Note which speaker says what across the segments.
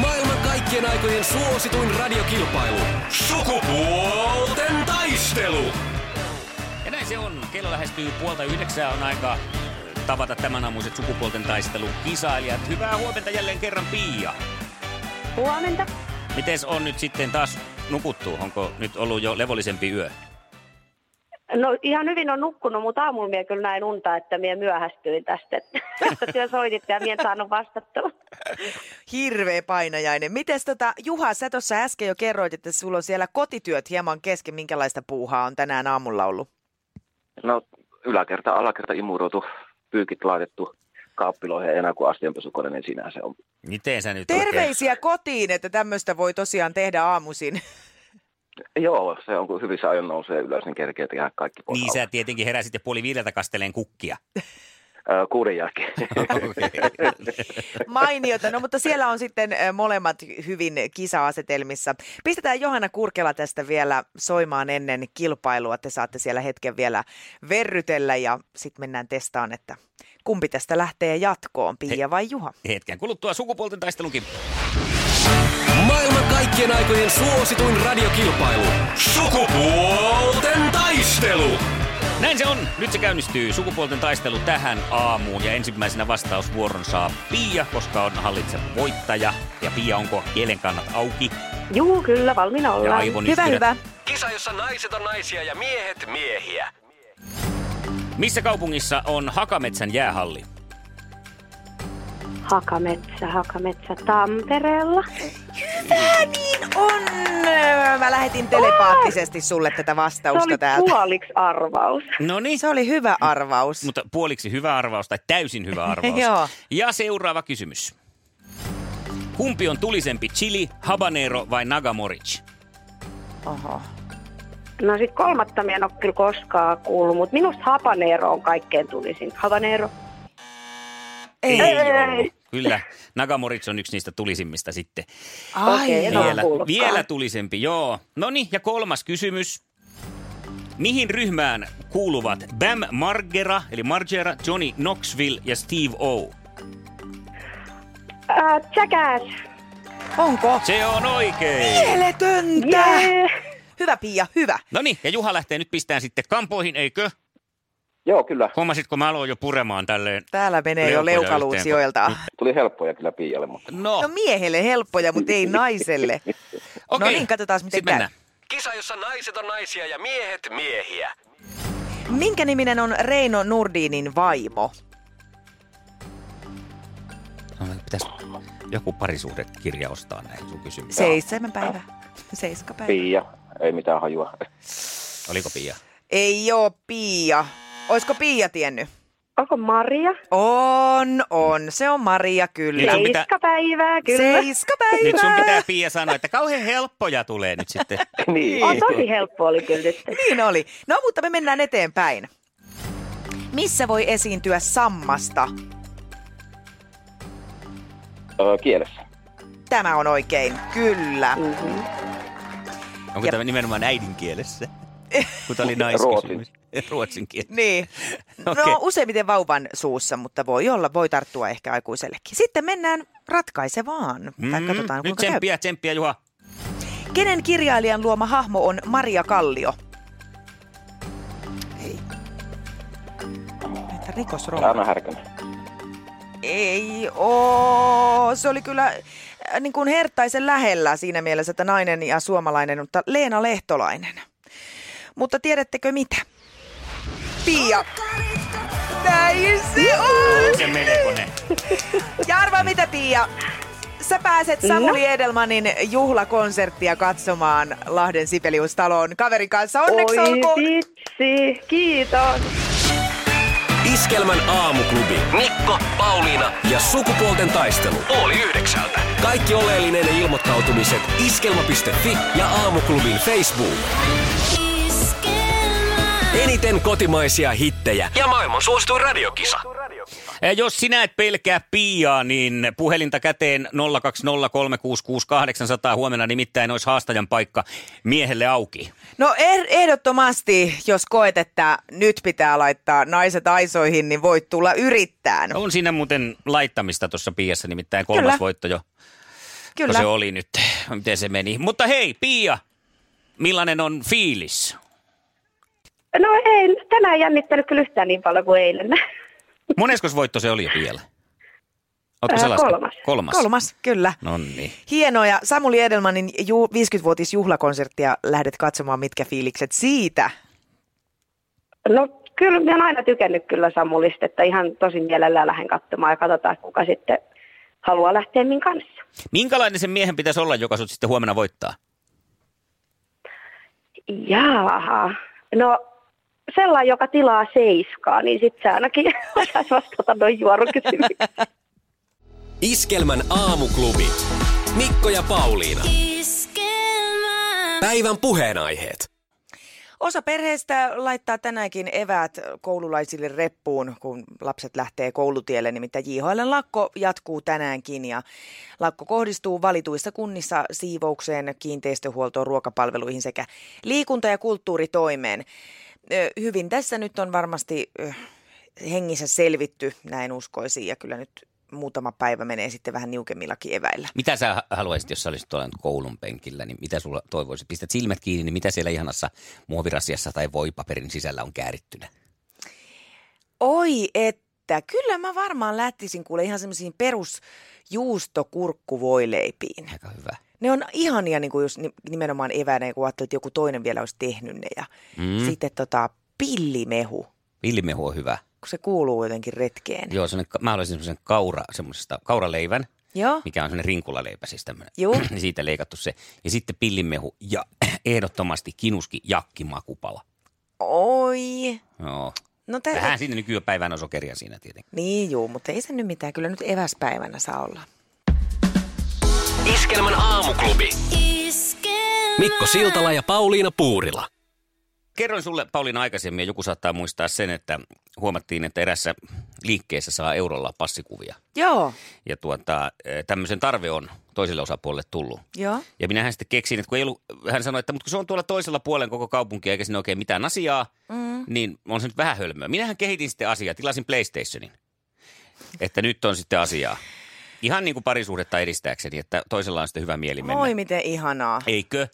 Speaker 1: Maailman kaikkien aikojen suosituin radiokilpailu. Sukupuolten taistelu.
Speaker 2: Ja näin se on. Kello lähestyy puolta yhdeksää. On aika äh, tavata tämän aamuiset sukupuolten taistelun kisailijat. Hyvää huomenta jälleen kerran, Pia.
Speaker 3: Huomenta.
Speaker 2: Mites on nyt sitten taas nukuttu? Onko nyt ollut jo levollisempi yö?
Speaker 3: No ihan hyvin on nukkunut, mutta aamulla minä kyllä näin unta, että minä myöhästyin tästä. Että työ soititte ja minä en saanut vastattua.
Speaker 4: Hirveä painajainen. Mites tota, Juha, sä tuossa äsken jo kerroit, että sulla on siellä kotityöt hieman kesken. Minkälaista puuhaa on tänään aamulla ollut?
Speaker 5: No yläkerta, alakerta imuroitu, pyykit laitettu kaappiloihin ja enää kuin astianpesukone, niin sinänsä on.
Speaker 2: Miten sä nyt oikein-
Speaker 4: Terveisiä kotiin, että tämmöistä voi tosiaan tehdä aamuisin.
Speaker 5: Joo, se on kun hyvissä ajoin nousee ylös, niin kerkee tehdä kaikki pois.
Speaker 2: Niin sä tietenkin heräsit ja puoli viideltä kasteleen kukkia.
Speaker 5: Ää, kuuden jälkeen.
Speaker 4: Mainiota, no mutta siellä on sitten ö, molemmat hyvin kisa-asetelmissa. Pistetään Johanna Kurkela tästä vielä soimaan ennen kilpailua. Te saatte siellä hetken vielä verrytellä ja sitten mennään testaan, että kumpi tästä lähtee jatkoon, Pia vai Juha?
Speaker 2: Hetken kuluttua sukupuolten taistelunkin.
Speaker 1: Maailman kaikkien aikojen suosituin radiokilpailu. Sukupuolten taistelu.
Speaker 2: Näin se on. Nyt se käynnistyy. Sukupuolten taistelu tähän aamuun. Ja ensimmäisenä vastausvuoron saa Pia, koska on hallitse voittaja. Ja Pia, onko kielen kannat auki?
Speaker 3: Juu, kyllä, valmiina
Speaker 2: Ja
Speaker 3: ollaan.
Speaker 2: aivon
Speaker 4: Hyvä,
Speaker 2: yskyrät.
Speaker 4: hyvä.
Speaker 1: Kisa, jossa naiset on naisia ja miehet miehiä.
Speaker 2: Missä kaupungissa on Hakametsän jäähalli?
Speaker 3: Hakametsä, Hakametsä Tampereella.
Speaker 4: Hyvä, niin on! äh, Mä lähetin telepaattisesti sulle tätä
Speaker 3: Se
Speaker 4: vastausta
Speaker 3: oli
Speaker 4: täältä.
Speaker 3: puoliksi arvaus.
Speaker 2: No niin.
Speaker 4: Se oli hyvä
Speaker 3: Mm.
Speaker 4: arvaus.
Speaker 2: Mutta puoliksi hyvä arvaus tai täysin hyvä arvaus.
Speaker 4: Joo.
Speaker 2: Ja seuraava kysymys. Kumpi on tulisempi, chili, habanero vai nagamoric?
Speaker 4: Oho.
Speaker 3: No sit kolmatta minä en ole kyllä koskaan kuullut, mutta minusta habanero on kaikkein tulisin. Habanero.
Speaker 4: Ei.
Speaker 2: ollut. Kyllä, nagamoric on yksi niistä tulisimmista sitten.
Speaker 3: Okei,
Speaker 4: Ai, no.
Speaker 3: en ole
Speaker 2: vielä,
Speaker 3: kuullutkaan.
Speaker 2: vielä tulisempi, joo. No niin, ja kolmas kysymys. Mihin ryhmään kuuluvat Bam Margera, eli Margera, Johnny Knoxville ja Steve O?
Speaker 3: Äh, Jackass.
Speaker 4: onko?
Speaker 2: Se on oikein!
Speaker 4: Mieletöntä!
Speaker 3: Jee.
Speaker 4: Hyvä Pia, hyvä.
Speaker 2: No niin, ja Juha lähtee nyt pistään sitten kampoihin, eikö?
Speaker 5: Joo, kyllä.
Speaker 2: Huomasitko, mä aloin jo puremaan tälleen.
Speaker 4: Täällä menee jo
Speaker 2: Leukoja
Speaker 4: leukaluusijoilta.
Speaker 5: Tuli helppoja kyllä Pialle, mutta
Speaker 2: No,
Speaker 4: No miehelle helppoja, mutta ei naiselle.
Speaker 2: okei.
Speaker 4: No niin, katsotaan miten
Speaker 2: Sit
Speaker 4: käy.
Speaker 2: mennään.
Speaker 1: Kisa, jossa naiset on naisia ja miehet miehiä.
Speaker 4: Minkä niminen on Reino Nurdinin vaimo?
Speaker 2: No, pitäisi joku parisuhdekirja ostaa näihin sun kysymyksiin.
Speaker 4: Seitsemän päivä. Seiska päivä.
Speaker 5: Pia, ei mitään hajua.
Speaker 2: Oliko Pia?
Speaker 4: Ei oo Pia. Oisko Pia tiennyt?
Speaker 3: Onko Maria?
Speaker 4: On, on. Se on Maria kyllä.
Speaker 2: Nyt sun pitää-
Speaker 3: Seiska päivää, kyllä.
Speaker 4: Seiska
Speaker 2: Nyt sun pitää
Speaker 4: päivää.
Speaker 2: Pia sanoa, että kauhean helppoja tulee nyt sitten.
Speaker 5: niin.
Speaker 3: On tosi helppo oli kyllä nyt.
Speaker 4: Niin oli. No mutta me mennään eteenpäin. Missä voi esiintyä sammasta?
Speaker 5: Öö, kielessä.
Speaker 4: Tämä on oikein. Kyllä.
Speaker 3: Mm-hmm.
Speaker 2: Onko
Speaker 4: Ja-
Speaker 2: tämä nimenomaan äidinkielessä? Kun tämä oli
Speaker 5: Ruotsin.
Speaker 2: naiskysymys. Ruotsin kielessä.
Speaker 4: Niin.
Speaker 2: Okei.
Speaker 4: No useimmiten vauvan suussa, mutta voi olla, voi tarttua ehkä aikuisellekin. Sitten mennään ratkaisevaan. Mm, tai katsotaan,
Speaker 2: Mm-hmm. nyt
Speaker 4: kuinka käy.
Speaker 2: tsemppiä, tsemppiä Juha.
Speaker 4: Kenen kirjailijan luoma hahmo on Maria Kallio? Ei. Näitä rikosromaneja.
Speaker 5: Anna Härkönen.
Speaker 4: Ei oo. Se oli kyllä äh, niin kuin hertaisen lähellä siinä mielessä, että nainen ja suomalainen, mutta Leena Lehtolainen. Mutta tiedättekö mitä? Pia. Näin se on.
Speaker 2: Se melkoinen.
Speaker 4: Ja arvaa mitä Pia. Sä pääset Samuli Edelmanin juhlakonserttia katsomaan Lahden Sipeliustaloon kaverin kanssa. Onneksi
Speaker 3: Oi
Speaker 4: olkoon.
Speaker 3: vitsi, kiitos.
Speaker 1: Iskelmän aamuklubi. Mikko, Pauliina ja sukupuolten taistelu. Oli yhdeksältä. Kaikki oleellinen ilmoittautumiset iskelma.fi ja aamuklubin Facebook. Eniten kotimaisia hittejä ja maailman suosituin radiokisa.
Speaker 2: Ja Eh, jos sinä et pelkää Piaa, niin puhelinta käteen 020366800 huomenna nimittäin olisi haastajan paikka miehelle auki.
Speaker 4: No eh- ehdottomasti, jos koet, että nyt pitää laittaa naiset aisoihin, niin voit tulla yrittämään.
Speaker 2: On siinä muuten laittamista tuossa Piassa, nimittäin kolmas
Speaker 4: No. Kyllä.
Speaker 2: voitto jo. No
Speaker 4: Kyllä.
Speaker 2: se oli nyt, miten se meni. Mutta hei, Pia, millainen on fiilis?
Speaker 3: No ei, tänään jännittänyt kyllä yhtään niin paljon kuin eilen.
Speaker 2: Moneskos voitto se oli jo Pialle? Ootko
Speaker 3: Ää,
Speaker 2: se laskenut?
Speaker 3: kolmas.
Speaker 2: Kolmas.
Speaker 4: Kolmas, kyllä.
Speaker 2: No niin.
Speaker 4: Hienoja. Samuli Edelmanin ju- 50-vuotisjuhlakonserttia lähdet katsomaan, mitkä fiilikset siitä.
Speaker 3: No kyllä, minä olen aina tykännyt kyllä Samulista, että ihan tosi mielellään lähden katsomaan ja katsotaan, kuka sitten haluaa lähteä min kanssa.
Speaker 2: Minkälainen sen miehen pitäisi olla, joka sut sitten huomenna voittaa?
Speaker 3: Jaaha. No sellainen, joka tilaa seiskaa, niin sitten se ainakin osaisi vastata noin juorukysymyksiin.
Speaker 1: Iskelmän aamuklubi. Mikko ja Pauliina. Päivän puheenaiheet.
Speaker 4: Osa perheestä laittaa tänäänkin eväät koululaisille reppuun, kun lapset lähtee koulutielle. Nimittäin JHL lakko jatkuu tänäänkin ja lakko kohdistuu valituissa kunnissa siivoukseen, kiinteistöhuoltoon, ruokapalveluihin sekä liikunta- ja kulttuuritoimeen. Ö, Hyvin tässä nyt on varmasti ö, hengissä selvitty, näin uskoisin, ja kyllä nyt muutama päivä menee sitten vähän niukemmillakin eväillä.
Speaker 2: Mitä sä haluaisit, jos sä olisit tuolla nyt koulun penkillä, niin mitä sulla toivoisit? Pistät silmät kiinni, niin mitä siellä ihanassa muovirasiassa tai voipaperin sisällä on käärittynä?
Speaker 4: Oi että, kyllä mä varmaan lähtisin kuule ihan semmoisiin perus juustokurkkuvoileipiin.
Speaker 2: Aika hyvä.
Speaker 4: Ne on ihania niin kuin just ni- nimenomaan eväänä, kun ajattelee, että joku toinen vielä olisi tehnyt ne. Ja mm. sitten tota, pillimehu,
Speaker 2: Villimehu on hyvä.
Speaker 4: kun se kuuluu jotenkin retkeen.
Speaker 2: Joo, semmonen, mä haluaisin semmoisen kaura, semmosesta, kauraleivän,
Speaker 4: Joo.
Speaker 2: mikä on semmoinen rinkulaleipä siis tämmöinen.
Speaker 4: Juu.
Speaker 2: Niin Siitä leikattu se. Ja sitten pillimehu ja ehdottomasti kinuski jakkimakupala.
Speaker 4: Oi.
Speaker 2: Joo.
Speaker 4: No
Speaker 2: Vähän
Speaker 4: tä-
Speaker 2: siinä nykypäivänä on sokeria siinä tietenkin.
Speaker 4: niin juu, mutta ei se nyt mitään. Kyllä nyt eväspäivänä saa olla.
Speaker 1: Iskelmän aamuklubi. Mikko Siltala ja Pauliina Puurila.
Speaker 2: Kerroin sulle Pauliina aikaisemmin ja joku saattaa muistaa sen, että huomattiin, että erässä liikkeessä saa eurolla passikuvia.
Speaker 4: Joo,
Speaker 2: Ja tuota, eh, tämmöisen tarve on toiselle osapuolelle tullut.
Speaker 4: joo.
Speaker 2: Ja minähän sitten keksin, että kun ei ollut, hän sanoi, että mutta kun se on tuolla toisella puolen koko kaupunkia eikä sinne oikein mitään asiaa, mm. niin on se nyt vähän hölmöä. Minähän kehitin sitten asiaa, tilasin PlayStationin, että nyt on sitten asiaa. Ihan niin kuin parisuhdetta edistääkseni, että toisella on sitten hyvä mieli mennä.
Speaker 4: Moi miten ihanaa.
Speaker 2: Eikö?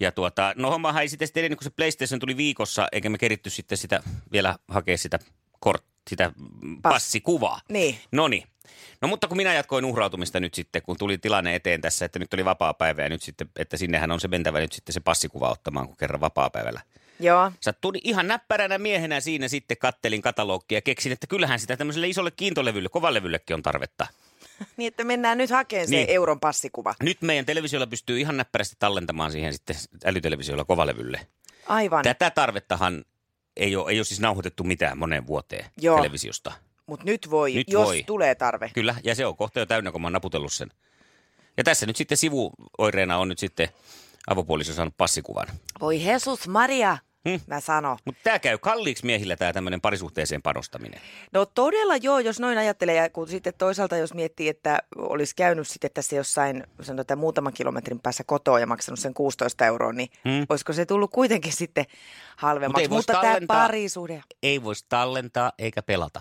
Speaker 2: Ja tuota, no hommahan ei sitten sitten edennyt, kun se PlayStation tuli viikossa, eikä me keritty sitten sitä vielä hakea sitä kort, sitä mm,
Speaker 4: Pass-
Speaker 2: passikuvaa.
Speaker 4: Niin.
Speaker 2: No niin. No mutta kun minä jatkoin uhrautumista nyt sitten, kun tuli tilanne eteen tässä, että nyt oli vapaa päivä ja nyt sitten, että sinnehän on se mentävä nyt sitten se passikuva ottamaan, kun kerran vapaa päivällä.
Speaker 4: Joo.
Speaker 2: Sattui ihan näppäränä miehenä siinä sitten kattelin katalogia ja keksin, että kyllähän sitä tämmöiselle isolle kiintolevylle, kovalevyllekin on tarvetta.
Speaker 4: Niin, että mennään nyt hakemaan se
Speaker 2: Niin.
Speaker 4: euron passikuva.
Speaker 2: Nyt meidän televisiolla pystyy ihan näppärästi tallentamaan siihen sitten älytelevisiolla kovalevylle.
Speaker 4: Aivan.
Speaker 2: Tätä tarvettahan ei ole, ei ole siis nauhoitettu mitään moneen vuoteen
Speaker 4: Joo.
Speaker 2: televisiosta.
Speaker 4: Mutta nyt voi,
Speaker 2: Nyt
Speaker 4: jos
Speaker 2: voi.
Speaker 4: tulee tarve.
Speaker 2: Kyllä, ja se on kohta jo täynnä, kun mä oon naputellut sen. Ja tässä nyt sitten sivuoireena on nyt sitten avopuoliso saanut passikuvan.
Speaker 4: Voi Jesus Maria,
Speaker 2: Hmm.
Speaker 4: hmm. mä sanon.
Speaker 2: Mutta tämä käy kalliiksi miehillä tämä tämmöinen parisuhteeseen panostaminen.
Speaker 4: No todella joo, jos noin ajattelee, ja kun sitten toisaalta jos miettii, että olisi käynyt sitten tässä jossain, sanotaan että muutaman kilometrin päässä kotoa ja maksanut sen 16 euroa, niin
Speaker 2: Hmm.
Speaker 4: hmm. olisiko se tullut kuitenkin sitten halvemmaksi.
Speaker 2: Mut ei voisi
Speaker 4: Mutta tämä
Speaker 2: tallentaa.
Speaker 4: parisuhde,
Speaker 2: Ei voisi tallentaa eikä pelata.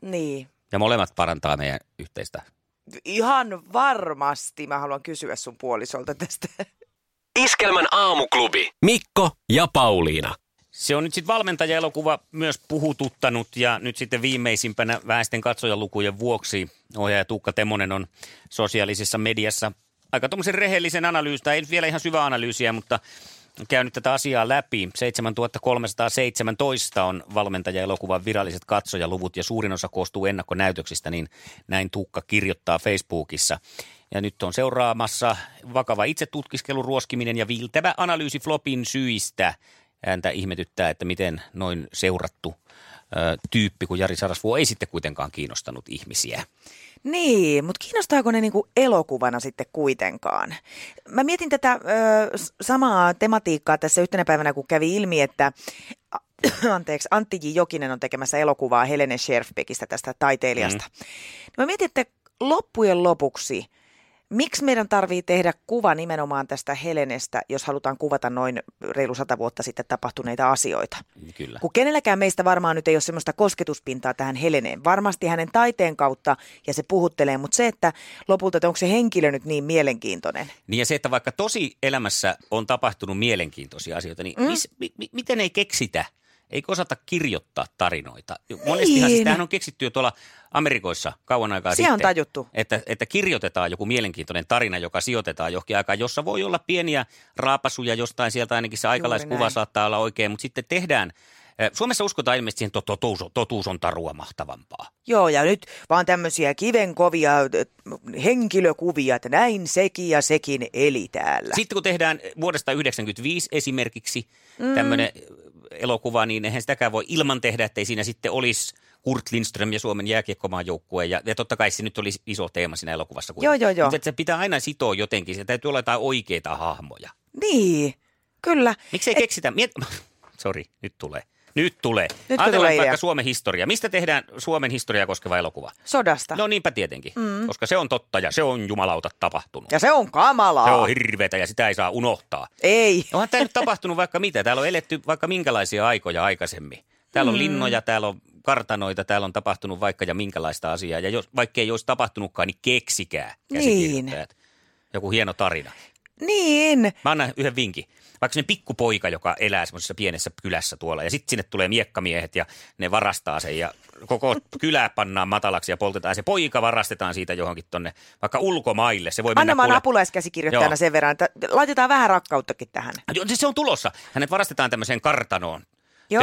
Speaker 4: niin.
Speaker 2: Ja molemmat parantaa meidän yhteistä.
Speaker 4: Ihan varmasti mä haluan kysyä sun puolisolta tästä.
Speaker 1: Iskelmän aamuklubi. Mikko ja Pauliina.
Speaker 2: Se on nyt sitten valmentajaelokuva myös puhututtanut ja nyt sitten viimeisimpänä väestön katsojalukujen vuoksi ohjaaja Tuukka Temonen on sosiaalisessa mediassa aika tuommoisen rehellisen analyysin, tai ei nyt vielä ihan syvä analyysiä, mutta käynyt tätä asiaa läpi. 7317 on valmentajaelokuvan viralliset katsojaluvut ja suurin osa koostuu ennakkonäytöksistä, niin näin Tuukka kirjoittaa Facebookissa. Ja nyt on seuraamassa vakava itsetutkiskelu, ruoskiminen ja viiltävä analyysi flopin syistä häntä ihmetyttää, että miten noin seurattu ö, ö, tyyppi kuin Jari Sarasvuo ei sitten kuitenkaan kiinnostanut ihmisiä.
Speaker 4: Niin, mutta kiinnostaako ne niinku elokuvana sitten kuitenkaan? Mä mietin tätä ö, s- samaa tematiikkaa tässä yhtenä päivänä, kun kävi ilmi, että anteeksi, Antti J. Jokinen on tekemässä elokuvaa Helene Scherfbeckistä tästä taiteilijasta. Mm. Mä mietin, että loppujen lopuksi, miksi meidän tarvii tehdä kuva nimenomaan tästä Helenestä, jos halutaan kuvata noin reilu sata vuotta sitten tapahtuneita asioita?
Speaker 2: Niin Kyllä.
Speaker 4: Kun kenelläkään meistä varmaan nyt ei ole semmoista kosketuspintaa tähän Heleneen. Varmasti hänen taiteen kautta ja se puhuttelee, mutta se, että lopulta, että onko se henkilö nyt niin mielenkiintoinen.
Speaker 2: Niin ja se, että vaikka tosi elämässä on tapahtunut mielenkiintoisia asioita, niin mm. mis, mi, mi, miten ei keksitä? Eikö osata kirjoittaa tarinoita? Monestihan siis
Speaker 4: Niin.
Speaker 2: tämähän on keksitty jo tuolla Amerikoissa kauan aikaa
Speaker 4: Siellä on
Speaker 2: sitten.
Speaker 4: tajuttu.
Speaker 2: Että, että kirjoitetaan joku mielenkiintoinen tarina, joka sijoitetaan johonkin aikaan, jossa voi olla pieniä raapasuja jostain sieltä, ainakin se
Speaker 4: Juuri
Speaker 2: aikalaiskuva
Speaker 4: näin.
Speaker 2: saattaa olla oikein, mutta sitten tehdään. eh, Suomessa uskotaan ilmeisesti siihen, että totuus, on- totuus on tarua mahtavampaa.
Speaker 4: Joo, ja nyt vaan tämmöisiä kivenkovia ö, henkilökuvia, että näin sekin ja sekin eli täällä.
Speaker 2: Sitten kun tehdään vuodesta 1995 esimerkiksi mm. tämmöinen elokuva, niin eihän sitäkään voi ilman tehdä, ettei siinä sitten olisi Kurt Lindström ja Suomen jääkiekkomaan joukkue. Ja, ja totta kai se nyt oli iso teema siinä elokuvassa.
Speaker 4: Joo, joo, joo.
Speaker 2: Mutta se pitää aina sitoa jotenkin. Se täytyy olla jotain oikeita hahmoja.
Speaker 4: Niin, kyllä.
Speaker 2: Miksi ei keksitä? Miet... Sori, nyt tulee. Nyt tulee.
Speaker 4: tulee
Speaker 2: Ajatellaan nyt
Speaker 4: idea.
Speaker 2: vaikka Suomen historia. Mistä tehdään Suomen historiaa koskeva elokuva?
Speaker 4: Sodasta.
Speaker 2: No niinpä tietenkin, mm. koska se on totta ja se on jumalauta tapahtunut.
Speaker 4: Ja se on kamalaa.
Speaker 2: Se on hirveetä ja sitä ei saa unohtaa.
Speaker 4: ei.
Speaker 2: Onhan tämä nyt tapahtunut vaikka mitä. Täällä on eletty vaikka minkälaisia aikoja aikaisemmin. Täällä
Speaker 4: Mm.
Speaker 2: on linnoja, täällä on kartanoita, täällä on tapahtunut vaikka ja minkälaista asiaa. Ja jos, vaikka ei olisi tapahtunutkaan, niin keksikää käsikirjoittajat. Niin. Joku hieno tarina.
Speaker 4: Niin.
Speaker 2: Mä annan yhden vinkin. Vaikka se pikkupoika, joka elää semmoisessa pienessä kylässä tuolla, ja sitten sinne tulee miekkamiehet ja ne varastaa sen, ja koko kylä pannaan matalaksi ja poltetaan, ja se poika varastetaan siitä johonkin tonne, vaikka ulkomaille. Se voi mennä
Speaker 4: Anna mä oon
Speaker 2: kuule-
Speaker 4: apulaiskäsikirjoittajana
Speaker 2: Joo.
Speaker 4: sen verran, että laitetaan vähän rakkauttakin tähän.
Speaker 2: Joo, siis se on tulossa. Hänet varastetaan tämmöiseen kartanoon
Speaker 4: Joo.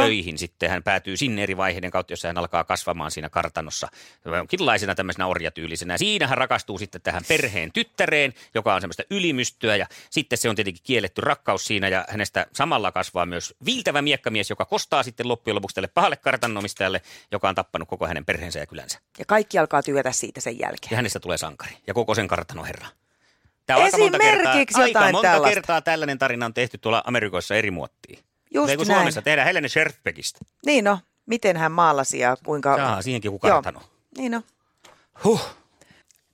Speaker 2: Joo. töihin sitten. Hän päätyy sinne eri vaiheiden kautta, jossa hän alkaa kasvamaan siinä kartanossa jonkinlaisena tämmöisenä orjatyylisenä. Ja Siinä hän rakastuu sitten tähän perheen tyttäreen, joka on semmoista ylimystyä ja sitten se on tietenkin kielletty rakkaus siinä ja hänestä samalla kasvaa myös viiltävä miekkamies, joka kostaa sitten loppujen lopuksi tälle pahalle kartanomistajalle, joka on tappanut koko hänen perheensä ja kylänsä.
Speaker 4: Ja kaikki alkaa työtä siitä sen jälkeen.
Speaker 2: Ja hänestä tulee sankari ja koko sen kartanon herra. Tämä on aika monta
Speaker 4: Esimerkiksi
Speaker 2: kertaa, aika
Speaker 4: jotain
Speaker 2: monta
Speaker 4: tällaista.
Speaker 2: kertaa tällainen tarina on tehty tuolla Amerikoissa eri muottiin.
Speaker 4: Just
Speaker 2: Ei kun
Speaker 4: näin.
Speaker 2: Suomessa tehdään Helene Scherfbeckistä.
Speaker 4: Niin no, miten hän maalasi ja kuinka...
Speaker 2: Jaa, siihenkin joku
Speaker 4: Joo.
Speaker 2: kartano.
Speaker 4: Niin no.
Speaker 2: Huh.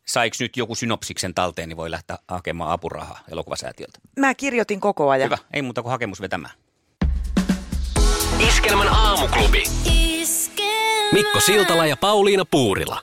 Speaker 2: Saiks nyt joku synopsiksen talteen, niin voi lähteä hakemaan apurahaa elokuvasäätiöltä.
Speaker 4: Mä kirjoitin koko ajan.
Speaker 2: Hyvä, ei muuta kuin hakemus vetämään.
Speaker 1: Iskelmän aamuklubi. Mikko Siltala ja Pauliina Puurila.